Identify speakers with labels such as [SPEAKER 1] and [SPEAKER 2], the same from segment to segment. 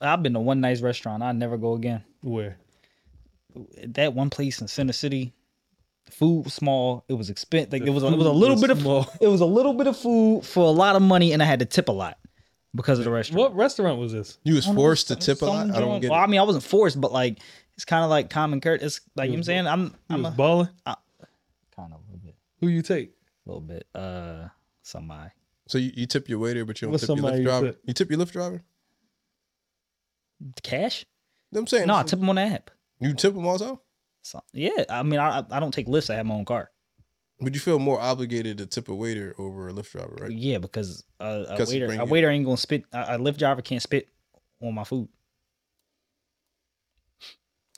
[SPEAKER 1] I've been to one nice restaurant. I never go again.
[SPEAKER 2] Where?
[SPEAKER 1] That one place in Center City, the food was small. It was expensive. Like it was, a, it was a little bit
[SPEAKER 2] small.
[SPEAKER 1] of it was a little bit of food for a lot of money, and I had to tip a lot because of the restaurant.
[SPEAKER 2] What restaurant was this?
[SPEAKER 3] You was forced to tip a lot.
[SPEAKER 1] Some
[SPEAKER 3] I don't
[SPEAKER 1] joint-
[SPEAKER 3] get
[SPEAKER 1] well, I
[SPEAKER 3] it.
[SPEAKER 1] mean, I wasn't forced, but like it's kind of like common courtesy. It's like you know what I'm saying. I'm
[SPEAKER 2] You
[SPEAKER 1] I'm
[SPEAKER 2] was
[SPEAKER 1] a,
[SPEAKER 2] balling.
[SPEAKER 1] kind of a little bit,
[SPEAKER 2] Who you take?
[SPEAKER 1] a little bit. Uh, somebody.
[SPEAKER 3] So you, you tip your waiter, but you don't
[SPEAKER 2] What's
[SPEAKER 3] tip your
[SPEAKER 2] somebody
[SPEAKER 3] lift
[SPEAKER 2] you
[SPEAKER 3] driver.
[SPEAKER 2] tip?
[SPEAKER 3] You tip your lift driver.
[SPEAKER 1] Cash?
[SPEAKER 3] You know what I'm saying
[SPEAKER 1] No, I tip them on the app.
[SPEAKER 3] you tip them also.
[SPEAKER 1] So, yeah, I mean, I I don't take lifts. I have my own car.
[SPEAKER 3] But you feel more obligated to tip a waiter over a lift driver, right?
[SPEAKER 1] Yeah, because uh, a
[SPEAKER 3] 'Cause he
[SPEAKER 1] waiter
[SPEAKER 3] bring
[SPEAKER 1] a
[SPEAKER 3] you-
[SPEAKER 1] waiter ain't gonna spit. A a lift driver can't spit on my food.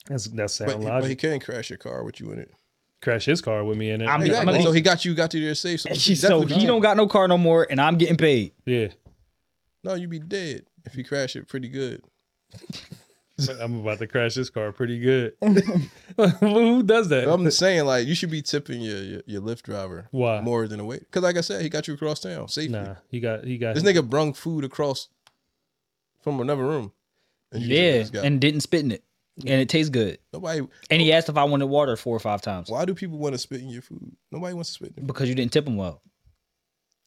[SPEAKER 2] That's that's
[SPEAKER 3] But
[SPEAKER 2] sound
[SPEAKER 3] he, but
[SPEAKER 2] logic.
[SPEAKER 3] he can crash your car with you in it.
[SPEAKER 2] Crash his car with me in it.
[SPEAKER 1] I'm-
[SPEAKER 2] yeah.
[SPEAKER 3] Exactly.
[SPEAKER 1] gonna-
[SPEAKER 3] so he got you, got you there safe. So,
[SPEAKER 1] She
[SPEAKER 3] that's
[SPEAKER 1] so
[SPEAKER 3] what you
[SPEAKER 1] he
[SPEAKER 3] do.
[SPEAKER 1] don't got no car no more, and I'm getting paid.
[SPEAKER 2] yeah.
[SPEAKER 3] No, you be dead if you crash it pretty good.
[SPEAKER 2] But I'm about to crash this car pretty good. Who does that?
[SPEAKER 3] I'm saying like you should be tipping your your, your lift driver
[SPEAKER 2] Why?
[SPEAKER 3] more than a waiter. Because like I said, he got you across town safely.
[SPEAKER 2] Nah, he got he got
[SPEAKER 3] This nigga brung food across from another room. And you
[SPEAKER 1] Yeah,
[SPEAKER 3] just got-
[SPEAKER 1] and didn't spit in it, and it tastes good.
[SPEAKER 3] nobody.
[SPEAKER 1] And he asked if I wanted water four or five times
[SPEAKER 3] Why do people want to spit in your food? Nobody wants to spit. In
[SPEAKER 1] because you didn't tip him well.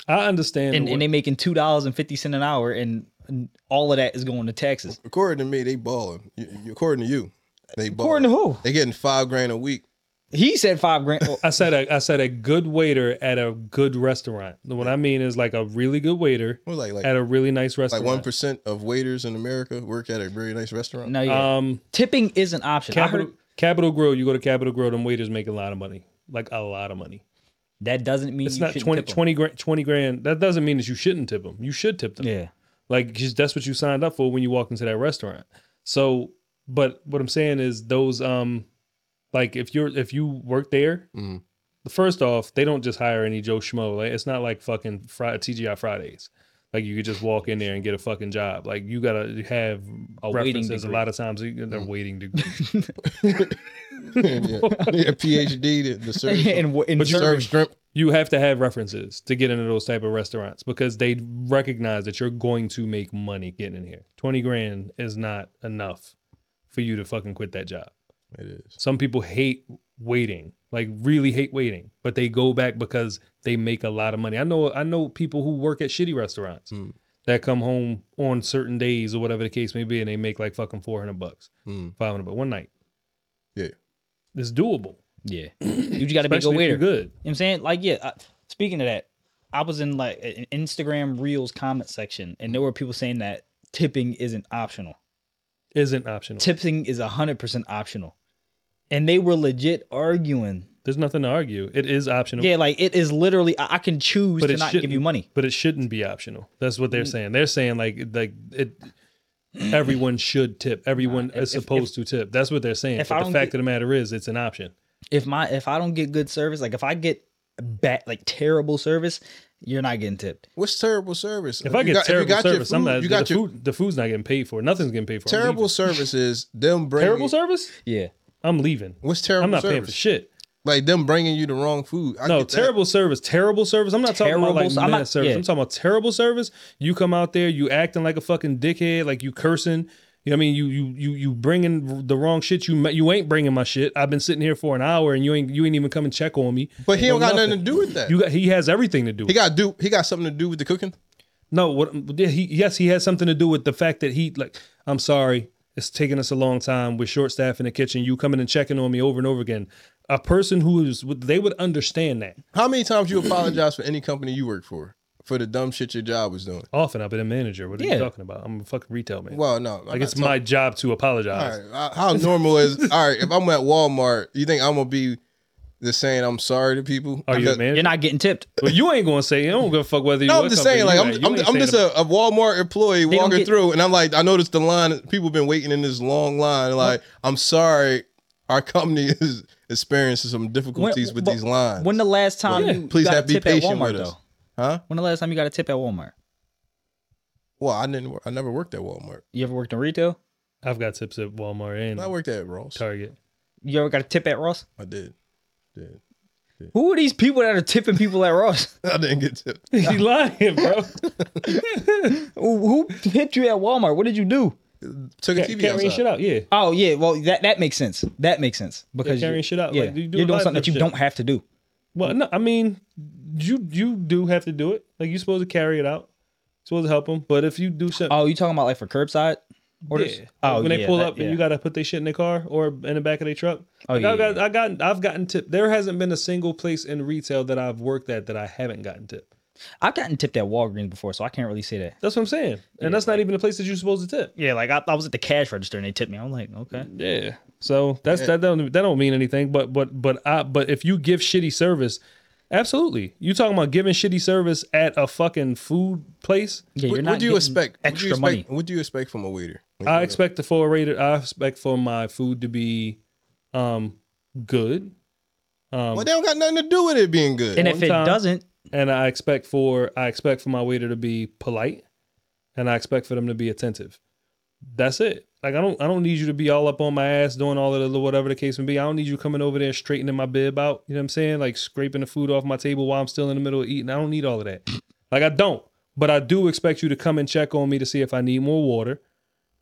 [SPEAKER 2] I understand.
[SPEAKER 1] and,
[SPEAKER 2] the
[SPEAKER 1] and
[SPEAKER 2] way-
[SPEAKER 1] they making two dollars and fifty cent an hour, and and all of that is going to taxes.
[SPEAKER 3] according to me, they balling. You- you- According to you, they balling.
[SPEAKER 1] According to who?
[SPEAKER 3] they getting five grand a week.
[SPEAKER 1] He said five grand. Oh,
[SPEAKER 2] I said a, I said a good waiter at a good restaurant. What I mean is like a really good waiter
[SPEAKER 3] What was like like
[SPEAKER 2] at a really nice
[SPEAKER 3] like
[SPEAKER 2] restaurant.
[SPEAKER 3] one percent of waiters in America work at a very nice restaurant.
[SPEAKER 1] no, yeah.
[SPEAKER 2] Um,
[SPEAKER 1] tipping is an option. I
[SPEAKER 2] Capital
[SPEAKER 1] heard
[SPEAKER 2] Capital Grill. You go to Capital Grill, them waiters make a lot of money, like a lot of money.
[SPEAKER 1] that doesn't mean
[SPEAKER 2] It's
[SPEAKER 1] you
[SPEAKER 2] not
[SPEAKER 1] shouldn't
[SPEAKER 2] 20,
[SPEAKER 1] tip 'em.
[SPEAKER 2] 20 grand. Twenty grand. That doesn't mean that you shouldn't tip them. You should tip them.
[SPEAKER 1] Yeah,
[SPEAKER 2] Like 'cause that's what you signed up for when you walked into that restaurant. So, but what I'm saying is those um, like if you're if you work there,
[SPEAKER 3] Mhm.
[SPEAKER 2] first off, they don't just hire any Joe Schmo. Like it's not like fucking Friday, TGI Fridays. Like you could just walk in there and get a fucking job. Like you gotta have
[SPEAKER 1] A waiting
[SPEAKER 2] references. A
[SPEAKER 1] degree.
[SPEAKER 2] lot of times you- they're waiting degree.
[SPEAKER 3] yeah. yeah, PhD, the, the service,
[SPEAKER 1] and wh- and
[SPEAKER 3] you
[SPEAKER 1] serving-
[SPEAKER 3] serve shrimp.
[SPEAKER 2] you have to have references to get into those type of restaurants because they recognize that you're going to make money getting in here. 20 grand is not enough for you to fucking quit that job.
[SPEAKER 3] It is.
[SPEAKER 2] Some people hate waiting, like really hate waiting, but they go back because they make a lot of money. I know I know people who work at shitty restaurants
[SPEAKER 3] Mm.
[SPEAKER 2] that come home on certain days or whatever the case may be and they make like fucking 400 bucks,
[SPEAKER 3] Mm.
[SPEAKER 2] 500 bucks one night.
[SPEAKER 3] Yeah.
[SPEAKER 2] It's doable.
[SPEAKER 1] yeah, you just got to be a
[SPEAKER 2] Especially
[SPEAKER 1] good
[SPEAKER 2] if
[SPEAKER 1] waiter.
[SPEAKER 2] you're good.
[SPEAKER 1] You know what I'm saying? Like, yeah, I, speaking of that, I was in like an Instagram Reels comment section, and there were people saying that tipping isn't optional.
[SPEAKER 2] Isn't optional.
[SPEAKER 1] Tipping is 100% optional. And they were legit arguing.
[SPEAKER 2] There's nothing to argue. It is optional.
[SPEAKER 1] Yeah, like it is literally, I, I can choose
[SPEAKER 2] But
[SPEAKER 1] to
[SPEAKER 2] it
[SPEAKER 1] not give you
[SPEAKER 2] shouldn't-
[SPEAKER 1] money. Mm.
[SPEAKER 2] but it shouldn't be optional. That's what they're saying. They're saying like like it. Everyone should tip. Everyone
[SPEAKER 1] if-
[SPEAKER 2] is
[SPEAKER 1] if-
[SPEAKER 2] supposed to tip. That's what they're saying.
[SPEAKER 1] if I
[SPEAKER 2] but the
[SPEAKER 1] don't
[SPEAKER 2] fact
[SPEAKER 1] get-
[SPEAKER 2] of the matter is, it's an option.
[SPEAKER 1] If my if I don't get good service, like if I get bad, like terrible service, you're not getting tipped.
[SPEAKER 3] What's terrible service?
[SPEAKER 2] If I
[SPEAKER 3] You
[SPEAKER 2] get
[SPEAKER 3] got- you
[SPEAKER 2] terrible
[SPEAKER 3] got your
[SPEAKER 2] service, I'm
[SPEAKER 3] food-
[SPEAKER 2] not,
[SPEAKER 3] you got
[SPEAKER 2] the
[SPEAKER 3] your
[SPEAKER 2] food. The food's not getting paid for. Nothing's getting paid for. I'm
[SPEAKER 3] terrible
[SPEAKER 2] leaving.
[SPEAKER 3] service is them bringing
[SPEAKER 2] terrible service.
[SPEAKER 1] Yeah.
[SPEAKER 2] I'm leaving.
[SPEAKER 3] What's terrible
[SPEAKER 2] I'm not paying for
[SPEAKER 3] service?
[SPEAKER 2] shit.
[SPEAKER 3] Like them bringing you the wrong food. I
[SPEAKER 2] No,
[SPEAKER 3] get that.
[SPEAKER 2] terrible service. Terrible service. I'm not
[SPEAKER 1] Terrible
[SPEAKER 2] talking
[SPEAKER 1] s-
[SPEAKER 2] about like
[SPEAKER 1] I'm
[SPEAKER 2] i
[SPEAKER 1] not-
[SPEAKER 2] service.
[SPEAKER 1] yeah.
[SPEAKER 2] I'm talking about terrible service. You come out there, you acting like a fucking dickhead, like you cursing. You know what I mean? You you you you bringing the wrong shit. You ma- you ain't bringing my shit. I've been sitting here for an hour and you ain't you ain't even come and check on me.
[SPEAKER 3] But he
[SPEAKER 2] No
[SPEAKER 3] don't got nothing to do with that.
[SPEAKER 2] You got he has everything to do.
[SPEAKER 3] he got do. He got something to do with the cooking.
[SPEAKER 2] no, what yeah, he yes he has something to do with the fact that he like I'm sorry. It's taking us a long time with short staff in the kitchen. You coming and checking on me over and over again. A person who is they would understand that.
[SPEAKER 3] How many times you apologize for any company you work for for the dumb shit your job was doing?
[SPEAKER 2] Often I've been a manager. What are
[SPEAKER 1] Yeah.
[SPEAKER 2] you talking about? I'm a fucking retail man.
[SPEAKER 3] Well, no,
[SPEAKER 2] like
[SPEAKER 3] I'm not
[SPEAKER 2] it's
[SPEAKER 3] talking-
[SPEAKER 2] my job to
[SPEAKER 3] All
[SPEAKER 2] apologize.
[SPEAKER 3] right, uh, how normal is all right? If I'm at Walmart, you think I'm gonna be just saying I'm sorry to people?
[SPEAKER 2] Are you a
[SPEAKER 3] Because-
[SPEAKER 2] manager?
[SPEAKER 1] You're not getting tipped.
[SPEAKER 2] Well, you ain't gonna say. I don't give a fuck whether you.
[SPEAKER 3] No,
[SPEAKER 2] what
[SPEAKER 3] I'm just
[SPEAKER 2] company
[SPEAKER 3] saying, like,
[SPEAKER 2] you
[SPEAKER 3] I'm,
[SPEAKER 2] at. You
[SPEAKER 3] I'm,
[SPEAKER 2] ain't
[SPEAKER 3] I'm
[SPEAKER 2] saying
[SPEAKER 3] just a, a Walmart employee
[SPEAKER 1] don't
[SPEAKER 3] walking
[SPEAKER 1] get-
[SPEAKER 3] through, and I'm like, I noticed the line, people been waiting in this long line. and Like, I'm sorry, our company is experiencing some difficulties with
[SPEAKER 1] but
[SPEAKER 3] these lines.
[SPEAKER 1] When the last time
[SPEAKER 2] Yeah.
[SPEAKER 1] you
[SPEAKER 3] Please
[SPEAKER 1] got
[SPEAKER 3] have
[SPEAKER 1] a
[SPEAKER 3] be
[SPEAKER 1] tip at
[SPEAKER 3] patient
[SPEAKER 1] Walmart
[SPEAKER 3] with us.
[SPEAKER 1] though?
[SPEAKER 3] Huh?
[SPEAKER 1] When the last time you got a tip at Walmart?
[SPEAKER 3] Well, I didn't. Work, I never worked at Walmart.
[SPEAKER 1] You ever worked in retail?
[SPEAKER 2] I've got tips at Walmart and
[SPEAKER 3] I worked at Ross.
[SPEAKER 2] Target.
[SPEAKER 1] You ever got a tip at Ross?
[SPEAKER 3] I did. Did.
[SPEAKER 1] Who are these people that are tipping people at Ross?
[SPEAKER 3] I didn't get tipped.
[SPEAKER 2] you lying, bro?
[SPEAKER 1] who, who tipped you at Walmart? What did you do?
[SPEAKER 3] took a
[SPEAKER 2] Ca-
[SPEAKER 3] TV
[SPEAKER 2] carrying
[SPEAKER 3] outside.
[SPEAKER 2] shit out. Yeah.
[SPEAKER 1] Oh yeah, well that that makes sense. That makes sense because
[SPEAKER 2] carrying
[SPEAKER 1] you're-
[SPEAKER 2] shit out,
[SPEAKER 1] Yeah,
[SPEAKER 2] like, you do
[SPEAKER 1] you're
[SPEAKER 2] a
[SPEAKER 1] doing
[SPEAKER 2] lot of
[SPEAKER 1] something that you
[SPEAKER 2] different
[SPEAKER 1] don't have to do.
[SPEAKER 2] Well, no, I mean, you you do have to do it. Like you're supposed to carry it out. You're supposed to help them. But if you do something,
[SPEAKER 1] Oh, you talking about like for curbside orders?
[SPEAKER 2] Yeah.
[SPEAKER 1] Oh,
[SPEAKER 2] when they
[SPEAKER 1] yeah,
[SPEAKER 2] pull
[SPEAKER 1] that-
[SPEAKER 2] up
[SPEAKER 1] yeah.
[SPEAKER 2] and you got to put their shit in their car or in the back of their truck.
[SPEAKER 1] Oh,
[SPEAKER 2] Like,
[SPEAKER 1] yeah,
[SPEAKER 2] I've got, I got, I've gotten tip. There hasn't been a single place in retail that I've worked at that I haven't gotten tip.
[SPEAKER 1] I've gotten tipped at Walgreens before, so I can't really say that.
[SPEAKER 2] That's what I'm saying. And that's not even a place that you're supposed to tip.
[SPEAKER 1] Yeah, like I, I was at the cash register and they tipped me. I'm like, okay.
[SPEAKER 2] Yeah. So that's that don't that don't mean anything. But but but I but if you give shitty service, absolutely. You talking about giving shitty service at a fucking food place?
[SPEAKER 1] Yeah,
[SPEAKER 3] What,
[SPEAKER 1] you're not
[SPEAKER 3] what do you
[SPEAKER 1] getting
[SPEAKER 3] expect? What do
[SPEAKER 1] Extra
[SPEAKER 3] you expect?
[SPEAKER 1] money.
[SPEAKER 3] What do you expect from a waiter? Like,
[SPEAKER 2] I expect the full rated. I expect for my food to be, um, good,
[SPEAKER 3] well, they don't got nothing to do with it being good.
[SPEAKER 1] And
[SPEAKER 2] One
[SPEAKER 1] if Um, it
[SPEAKER 2] time-
[SPEAKER 1] doesn't,
[SPEAKER 2] and I expect for I expect for my waiter to be polite, and I expect for them to be attentive. That's it. Like I don't I don't need you to be all up on my ass doing all of the little- whatever the case may be. I don't need you coming over there straightening my bib out. You know what I'm saying? Like scraping the food off my table while I'm still in the middle of eating. I don't need all of that. Like I don't. But I do expect you to come and check on me to see if I need more water.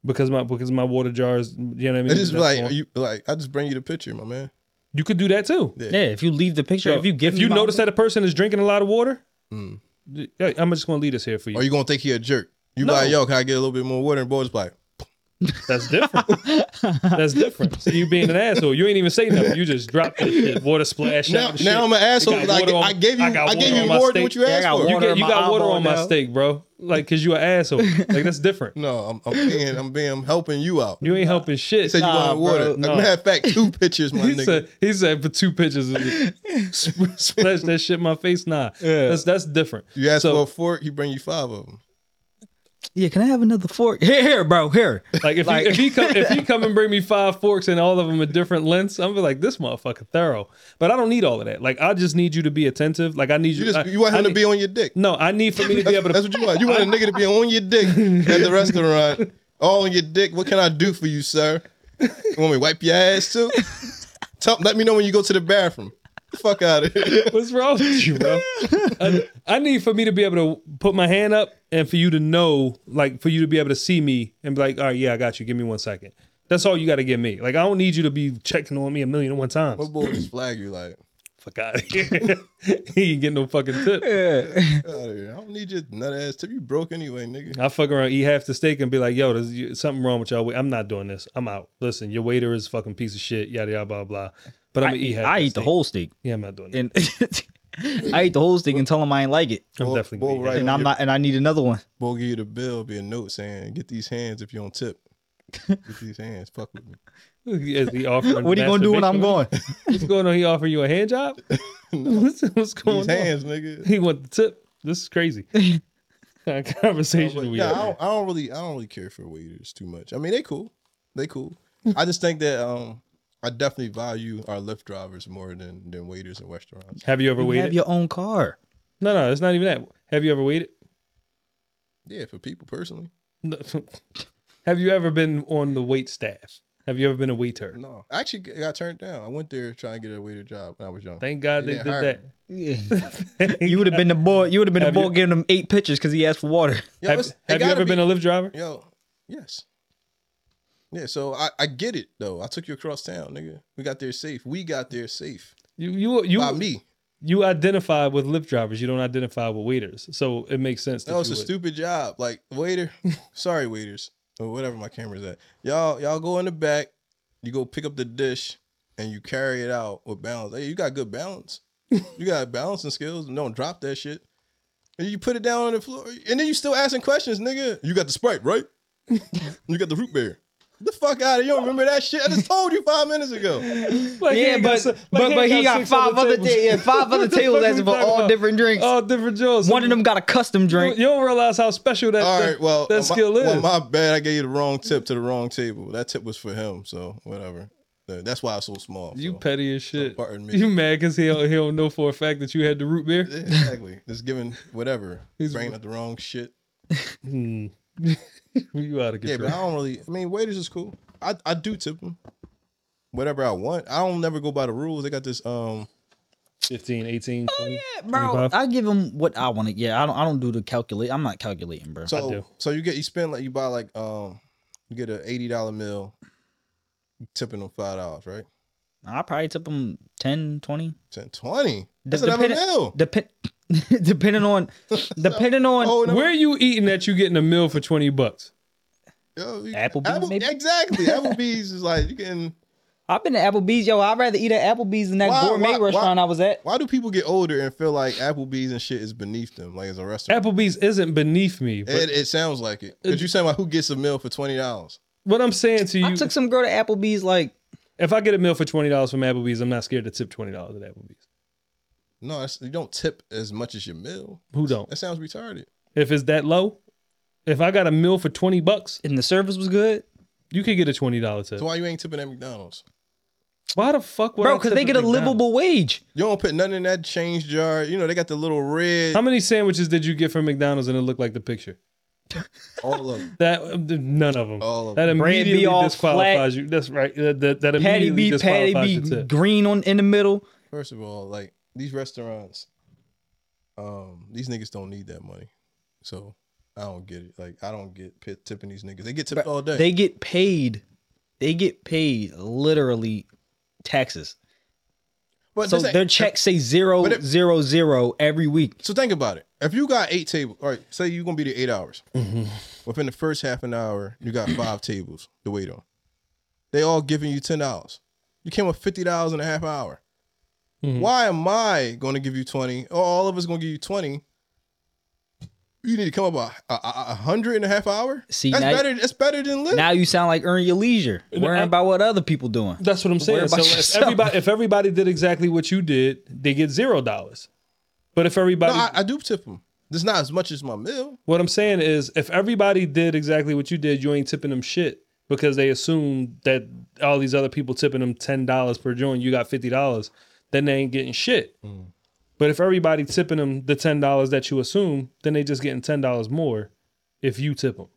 [SPEAKER 2] Because my because my water jar is you know what I mean.
[SPEAKER 3] It's just
[SPEAKER 2] That's
[SPEAKER 3] like
[SPEAKER 2] all.
[SPEAKER 3] you like I just bring you the picture, my man.
[SPEAKER 2] You could do that too.
[SPEAKER 1] yeah, if you leave the picture, if you give
[SPEAKER 2] if you
[SPEAKER 1] me my-
[SPEAKER 2] notice that a person is drinking a lot of water,
[SPEAKER 3] Hmm.
[SPEAKER 2] yeah, I'm just gonna leave this here for
[SPEAKER 3] Or
[SPEAKER 2] you.
[SPEAKER 3] you gonna think he a jerk? You be like, yo, can I get a little bit more water? And boy, just like,
[SPEAKER 2] That's different. That's different. So you being an asshole, you ain't even say nothing. You just drop that shit. Water splash. out
[SPEAKER 3] now,
[SPEAKER 2] and shit.
[SPEAKER 3] now I'm an asshole.
[SPEAKER 2] got
[SPEAKER 3] because I,
[SPEAKER 2] water on-
[SPEAKER 3] I gave you,
[SPEAKER 2] I
[SPEAKER 3] I,
[SPEAKER 2] got
[SPEAKER 3] gave
[SPEAKER 2] water on
[SPEAKER 3] you
[SPEAKER 2] my
[SPEAKER 3] more
[SPEAKER 2] steak.
[SPEAKER 3] than what you
[SPEAKER 1] Yeah, I
[SPEAKER 3] asked
[SPEAKER 1] got
[SPEAKER 3] for.
[SPEAKER 1] water.
[SPEAKER 2] you, get,
[SPEAKER 1] on
[SPEAKER 2] you
[SPEAKER 1] my
[SPEAKER 2] got water
[SPEAKER 1] eyeball
[SPEAKER 2] on my
[SPEAKER 1] now.
[SPEAKER 2] steak, bro. Like, cause you an asshole. Like that's different.
[SPEAKER 3] No, I'm, I'm being, I'm being, I'm helping you out.
[SPEAKER 2] You ain't helping shit.
[SPEAKER 3] He said you
[SPEAKER 1] Nah,
[SPEAKER 3] wanted water.
[SPEAKER 1] bro,
[SPEAKER 3] As a matter of fact, two pictures, my
[SPEAKER 2] he
[SPEAKER 3] nigga.
[SPEAKER 2] said he said for two pitches, of it. Sp- splash that shit in my face. Nah, that's that's different.
[SPEAKER 3] you asked
[SPEAKER 2] so,
[SPEAKER 3] for a fork, he bring you five of them.
[SPEAKER 1] yeah, can I have another fork? Here, here, bro, here.
[SPEAKER 2] Like if
[SPEAKER 1] Like-
[SPEAKER 2] he, if he come if he come and bring me five forks and all of them a different lengths, I'm be like this motherfucker thorough. But I don't need all of that. Like I just need you to be attentive. Like I need you.
[SPEAKER 3] You just,
[SPEAKER 2] I-
[SPEAKER 3] you want
[SPEAKER 2] I
[SPEAKER 3] him to
[SPEAKER 2] need-
[SPEAKER 3] be on your dick.
[SPEAKER 2] No, I need for me to be able to.
[SPEAKER 3] That's what you want. You want a nigga to be on your dick at the restaurant. All on your dick. What can I do for you, sir? You want me to wipe your ass too? Tell, let me know when you go to the bathroom. Fuck out of here.
[SPEAKER 2] What's wrong with you, bro? I, I need for me to be able to put my hand up and for you to know, like, for you to be able to see me and be like, all right, yeah, I got you. Give me one second. That's all you got to give me. Like, I don't need you to be checking on me a million and one times.
[SPEAKER 3] My boy just flag you like,
[SPEAKER 2] Fuck out of here. he ain't getting no fucking tip.
[SPEAKER 1] Yeah.
[SPEAKER 3] "Fuck outta here. I don't need your nut ass tip. You broke anyway, nigga.
[SPEAKER 2] I fuck around, eat half the steak, and be like, yo, there's you- something wrong with y'all. Wait, I'm not doing this. I'm out. Listen, your waiter is a fucking piece of shit, yada, yada, blah, blah. But I'm
[SPEAKER 1] I,
[SPEAKER 2] going to eat half
[SPEAKER 1] I
[SPEAKER 2] that
[SPEAKER 1] eat the
[SPEAKER 2] steak.
[SPEAKER 1] whole steak
[SPEAKER 2] Yeah, I'm not doing that.
[SPEAKER 1] and I eat the whole steak and tell them I ain't like it,
[SPEAKER 2] I'm
[SPEAKER 3] Well-
[SPEAKER 2] definitely going
[SPEAKER 3] well,
[SPEAKER 2] to
[SPEAKER 3] right.
[SPEAKER 2] eat
[SPEAKER 1] and I'm not, and I need another one.
[SPEAKER 3] Boy, give you the bill, be a note saying, get these hands if you don't tip. Get these hands. Fuck with me.
[SPEAKER 2] that. Is he offering
[SPEAKER 1] What are you gonna do when I'm
[SPEAKER 2] masturbation?
[SPEAKER 1] gone?
[SPEAKER 2] What's going on? He offering you a hand job? What's, what's going
[SPEAKER 3] These
[SPEAKER 2] on?
[SPEAKER 3] hands, nigga.
[SPEAKER 2] He want the tip. This is crazy. Kind of
[SPEAKER 3] But
[SPEAKER 2] conversation we
[SPEAKER 3] yeah, I
[SPEAKER 2] had.
[SPEAKER 3] don't, I don't really, I don't really care for waiters too much. I mean, they cool, they cool. I just think that um, I definitely value our Lyft drivers more than than waiters in restaurants.
[SPEAKER 2] Have you ever
[SPEAKER 1] You
[SPEAKER 2] waited?
[SPEAKER 1] have your own car.
[SPEAKER 2] no, no, it's not even that. Have you ever waited?
[SPEAKER 3] Yeah, for people personally,
[SPEAKER 2] No. Have you ever been on the wait staff? Have you ever been a waiter?
[SPEAKER 3] no. I actually g- got turned down. I went there trying to get a waiter job when I was young.
[SPEAKER 2] Thank God they
[SPEAKER 3] Yeah,
[SPEAKER 2] did
[SPEAKER 3] hire
[SPEAKER 2] that.
[SPEAKER 1] you would have been the boy. You would have been
[SPEAKER 2] Have
[SPEAKER 1] the
[SPEAKER 2] you-
[SPEAKER 1] boy giving him eight pitchers because he asked for water.
[SPEAKER 3] Yo,
[SPEAKER 2] Have,
[SPEAKER 3] it's- it
[SPEAKER 2] have you
[SPEAKER 3] gotta
[SPEAKER 2] ever
[SPEAKER 3] be-
[SPEAKER 2] been a Lyft driver?
[SPEAKER 3] Yo, yes. Yeah, so I, I get it though. I took you across town, nigga. We got there safe. We got there safe
[SPEAKER 2] You you you
[SPEAKER 3] by me.
[SPEAKER 2] you identify with Lyft drivers. You don't identify with waiters, so it makes sense. That
[SPEAKER 3] That was
[SPEAKER 2] you
[SPEAKER 3] a
[SPEAKER 2] would.
[SPEAKER 3] stupid job. Like waiter, sorry waiters or whatever my camera's at. Y'all y'all go in the back, you go pick up the dish, and you carry it out with balance. Hey, you got good balance. you got balancing skills. Don't drop that shit. And you put it down on the floor, and then you still asking questions, nigga. You got the sprite, right? you got the root beer. The fuck out of you! Don't remember that shit? I just told you five minutes ago.
[SPEAKER 2] Like, he
[SPEAKER 1] yeah,
[SPEAKER 2] ain't got
[SPEAKER 1] but
[SPEAKER 2] si- like,
[SPEAKER 1] but, but he got
[SPEAKER 2] six other
[SPEAKER 1] five other
[SPEAKER 2] tables.
[SPEAKER 1] ta- yeah, five other
[SPEAKER 2] What the
[SPEAKER 1] tables
[SPEAKER 2] fuck
[SPEAKER 1] asking
[SPEAKER 2] we
[SPEAKER 1] for
[SPEAKER 2] talking
[SPEAKER 1] all
[SPEAKER 2] about?
[SPEAKER 1] different drinks.
[SPEAKER 2] All different jobs.
[SPEAKER 1] One of them got a custom drink.
[SPEAKER 2] You don't realize how special that,
[SPEAKER 3] All
[SPEAKER 2] that-
[SPEAKER 3] right, well,
[SPEAKER 2] that skill
[SPEAKER 3] my,
[SPEAKER 2] is.
[SPEAKER 3] well, my bad. I gave you the wrong tip to the wrong table. That tip was for him, so whatever. That's why I was so small.
[SPEAKER 2] you
[SPEAKER 3] so.
[SPEAKER 2] petty as shit.
[SPEAKER 3] pardon me.
[SPEAKER 2] You mad because he don't, he don't know for a fact that you had the root beer?
[SPEAKER 3] Yeah, exactly. Just giving whatever.
[SPEAKER 2] He's-
[SPEAKER 3] bringing up the wrong shit.
[SPEAKER 2] Hmm. you out of
[SPEAKER 3] Yeah,
[SPEAKER 2] control.
[SPEAKER 3] but I don't really. I mean, waiters is cool. I, I do tip them. Whatever I want. I don't never go by the rules. They got this. Um,
[SPEAKER 2] 15, 18,
[SPEAKER 1] Oh,
[SPEAKER 2] 20.
[SPEAKER 1] Bro,
[SPEAKER 2] 25?
[SPEAKER 1] I give him what I want to. Yeah, I don't. I don't do the calculate. I'm not calculating, bro.
[SPEAKER 3] so
[SPEAKER 2] do.
[SPEAKER 3] so you get you spend like you buy like um You get an eighty dollar meal, you tipping them five dollars, right?
[SPEAKER 1] I probably tip them 10, 20.
[SPEAKER 3] Ten twenty. That's
[SPEAKER 1] Dep-
[SPEAKER 3] another
[SPEAKER 1] depending-
[SPEAKER 3] meal.
[SPEAKER 1] Depend depending on depending on
[SPEAKER 3] Oh, no.
[SPEAKER 2] Where are you eating that you getting a meal for 20 bucks?
[SPEAKER 3] Yo, you-
[SPEAKER 1] Applebee's, maybe?
[SPEAKER 3] Exactly. Applebee's is like you can.
[SPEAKER 1] I've been to Applebee's, yo. I'd rather eat at Applebee's than that
[SPEAKER 3] Why-
[SPEAKER 1] gourmet
[SPEAKER 3] why- why-
[SPEAKER 1] restaurant I was at.
[SPEAKER 3] Why do people get older and feel like Applebee's and shit is beneath them, like it's a restaurant?
[SPEAKER 2] Applebee's isn't beneath me. But
[SPEAKER 3] it, it sounds like it. Because you saying about who gets a meal for twenty dollars?
[SPEAKER 2] what I'm saying to
[SPEAKER 1] I
[SPEAKER 2] you,
[SPEAKER 1] took some girl to Applebee's like
[SPEAKER 2] if I get a meal for $20 from Applebee's, I'm not scared to tip $20 at Applebee's.
[SPEAKER 3] No, that's, you don't tip as much as your meal.
[SPEAKER 2] Who don't?
[SPEAKER 3] That sounds retarded.
[SPEAKER 2] If it's that low, if I got a meal for 20 bucks,
[SPEAKER 1] and the service was good,
[SPEAKER 2] you could get a $20
[SPEAKER 3] So
[SPEAKER 2] tip.
[SPEAKER 3] why you ain't tipping at McDonald's?
[SPEAKER 2] Why the fuck would I
[SPEAKER 1] bro, because
[SPEAKER 2] tip
[SPEAKER 1] they
[SPEAKER 2] at
[SPEAKER 1] get a
[SPEAKER 2] McDonald's?
[SPEAKER 1] livable wage.
[SPEAKER 3] You don't put nothing in that change jar. You know they got the little red.
[SPEAKER 2] How many sandwiches did you get from McDonald's and it looked like the picture?
[SPEAKER 3] All of them.
[SPEAKER 2] That none of them.
[SPEAKER 3] All of
[SPEAKER 2] that
[SPEAKER 3] them.
[SPEAKER 1] Bread be
[SPEAKER 2] immediately
[SPEAKER 1] all
[SPEAKER 2] disqualifies you. That's right. That that, that
[SPEAKER 1] Patty
[SPEAKER 2] immediately
[SPEAKER 1] B,
[SPEAKER 2] disqualifies
[SPEAKER 1] Patty
[SPEAKER 2] your
[SPEAKER 1] B,
[SPEAKER 2] tip.
[SPEAKER 1] green on in the middle.
[SPEAKER 3] First of all, like these restaurants, um, these niggas don't need that money. So I don't get it. Like I don't get pit tipping these niggas. They get tipped all day.
[SPEAKER 1] They get paid. They get paid literally taxes.
[SPEAKER 3] but
[SPEAKER 1] So
[SPEAKER 3] this ain't-
[SPEAKER 1] their checks say zero
[SPEAKER 3] but it-
[SPEAKER 1] zero zero every week.
[SPEAKER 3] So think about it. If you got eight tables, all right, say you're gonna be there eight hours.
[SPEAKER 1] Mm-hmm.
[SPEAKER 3] Within the first half an hour, you got five tables to wait on. They all giving you ten dollars. You came with fifty dollars in a half hour.
[SPEAKER 1] Mm-hmm.
[SPEAKER 3] Why am I gonna give you twenty? Or all of us gonna give you twenty? You need to come up a, a, a a hundred in a half hour.
[SPEAKER 1] See,
[SPEAKER 3] that's
[SPEAKER 1] now-
[SPEAKER 3] better. That's better than living.
[SPEAKER 1] Now you sound like earn your leisure, worrying
[SPEAKER 2] I-
[SPEAKER 1] about what other people doing.
[SPEAKER 2] That's what I'm saying.
[SPEAKER 1] Worry
[SPEAKER 2] So
[SPEAKER 1] about
[SPEAKER 2] if
[SPEAKER 1] yourself.
[SPEAKER 2] everybody, if everybody did exactly what you did, they get zero dollars. But if everybody,
[SPEAKER 3] No, I, I do tip them. It's not as much as my meal.
[SPEAKER 2] what I'm saying is, if everybody did exactly what you did, you ain't tipping them shit because they assume that all these other people tipping them ten dollars per joint, you got fifty dollars, then they ain't getting shit. But if everybody tipping them the ten dollars that you assume, then they just getting ten dollars more if you tip them.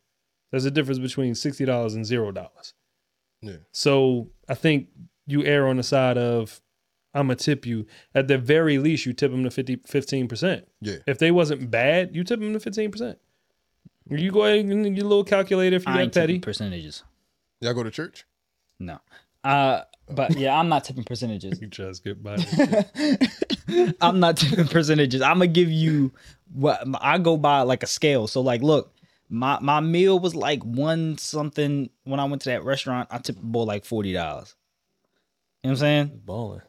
[SPEAKER 2] There's a difference between sixty dollars and zero dollars.
[SPEAKER 3] Yeah.
[SPEAKER 2] So I think you err on the side of I'm gonna tip you. At the very least, you tip them to 50, 15%.
[SPEAKER 3] Yeah.
[SPEAKER 2] If they wasn't bad, you tip them to 15%. You go ahead and get your little calculator if you
[SPEAKER 1] I ain't
[SPEAKER 2] got
[SPEAKER 1] tipping
[SPEAKER 2] petty.
[SPEAKER 1] percentages.
[SPEAKER 3] Y'all go to church.
[SPEAKER 1] No. Uh, but yeah, I'm not tipping percentages.
[SPEAKER 2] You just get by.
[SPEAKER 1] I'm not tipping percentages. I'm gonna give you what I go by like a scale. So like, look, my my meal was like one something when I went to that restaurant. I tipped the boy like forty dollars. You know what I'm saying?
[SPEAKER 2] Balling.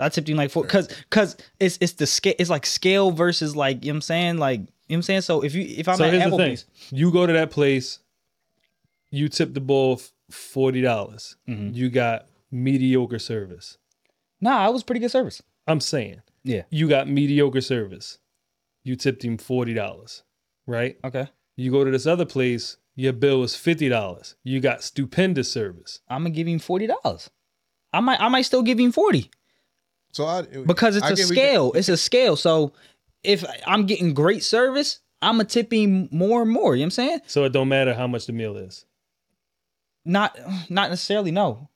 [SPEAKER 1] I tipped him like four because because it's it's the scale. It's like scale versus like you know what I'm saying like. You know what I'm saying? So if you if I'm
[SPEAKER 2] So
[SPEAKER 1] at
[SPEAKER 2] here's
[SPEAKER 1] Applebee's,
[SPEAKER 2] the thing: you go to that place, you tip the bull f- forty dollars.
[SPEAKER 1] Mm-hmm.
[SPEAKER 2] You got mediocre service.
[SPEAKER 1] nah, it was pretty good service.
[SPEAKER 2] I'm saying
[SPEAKER 1] Yeah.
[SPEAKER 2] you got mediocre service. You tipped him forty dollars, right?
[SPEAKER 1] Okay.
[SPEAKER 2] You go to this other place, your bill is fifty dollars. You got stupendous service.
[SPEAKER 1] I'm gonna give him forty dollars. I might I might still give him forty.
[SPEAKER 3] So I
[SPEAKER 1] because it's
[SPEAKER 3] a
[SPEAKER 1] a scale. It's a scale. So if I'm getting great service, I'm a tipping more and more. You know what I'm saying?
[SPEAKER 2] So it don't matter how much the meal is.
[SPEAKER 1] Not not necessarily. No.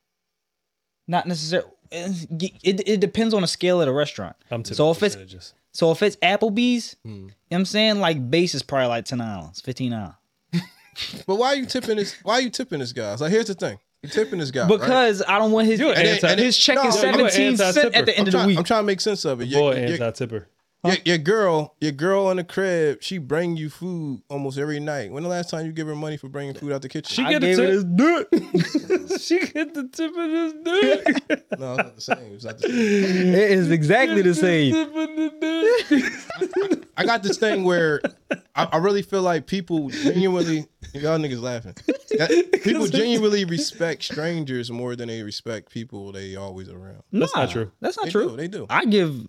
[SPEAKER 1] Not necessarily. It, it depends on the scale of the restaurant.
[SPEAKER 2] I'm tipping
[SPEAKER 1] so if it's
[SPEAKER 2] percentages.
[SPEAKER 1] so if it's Applebee's, you know what I'm saying like base is probably like ten dollars, fifteen dollars.
[SPEAKER 3] But why are you tipping this? Why are you tipping this guy? It's Like, here's the thing: you tipping this guy right?
[SPEAKER 1] Because I don't want his
[SPEAKER 2] You're an
[SPEAKER 1] his,
[SPEAKER 2] anti-
[SPEAKER 1] his check is
[SPEAKER 3] No,
[SPEAKER 2] you're an
[SPEAKER 1] seventeen cent
[SPEAKER 2] anti-tipper.
[SPEAKER 1] at the
[SPEAKER 3] I'm
[SPEAKER 1] end of the
[SPEAKER 3] trying,
[SPEAKER 1] week.
[SPEAKER 3] I'm trying to make sense of it. Your,
[SPEAKER 2] Boy,
[SPEAKER 3] your,
[SPEAKER 2] anti tipper.
[SPEAKER 3] your- your girl, your girl in the crib, she bring you food almost every night. When the last time you give her money for bringing food out the kitchen?
[SPEAKER 2] She
[SPEAKER 1] I
[SPEAKER 2] get
[SPEAKER 1] gave her
[SPEAKER 2] the tip. she get the tip of this dick.
[SPEAKER 3] no, it's not the same. It's not the same.
[SPEAKER 1] it is exactly the same.
[SPEAKER 2] Tip of the dick.
[SPEAKER 3] I got this thing where I, I really feel like people genuinely, y'all niggas laughing. That- People genuinely respect strangers more than they respect people they always around.
[SPEAKER 2] That's not true.
[SPEAKER 1] That's not
[SPEAKER 3] They
[SPEAKER 1] true.
[SPEAKER 3] do, they do.
[SPEAKER 1] I give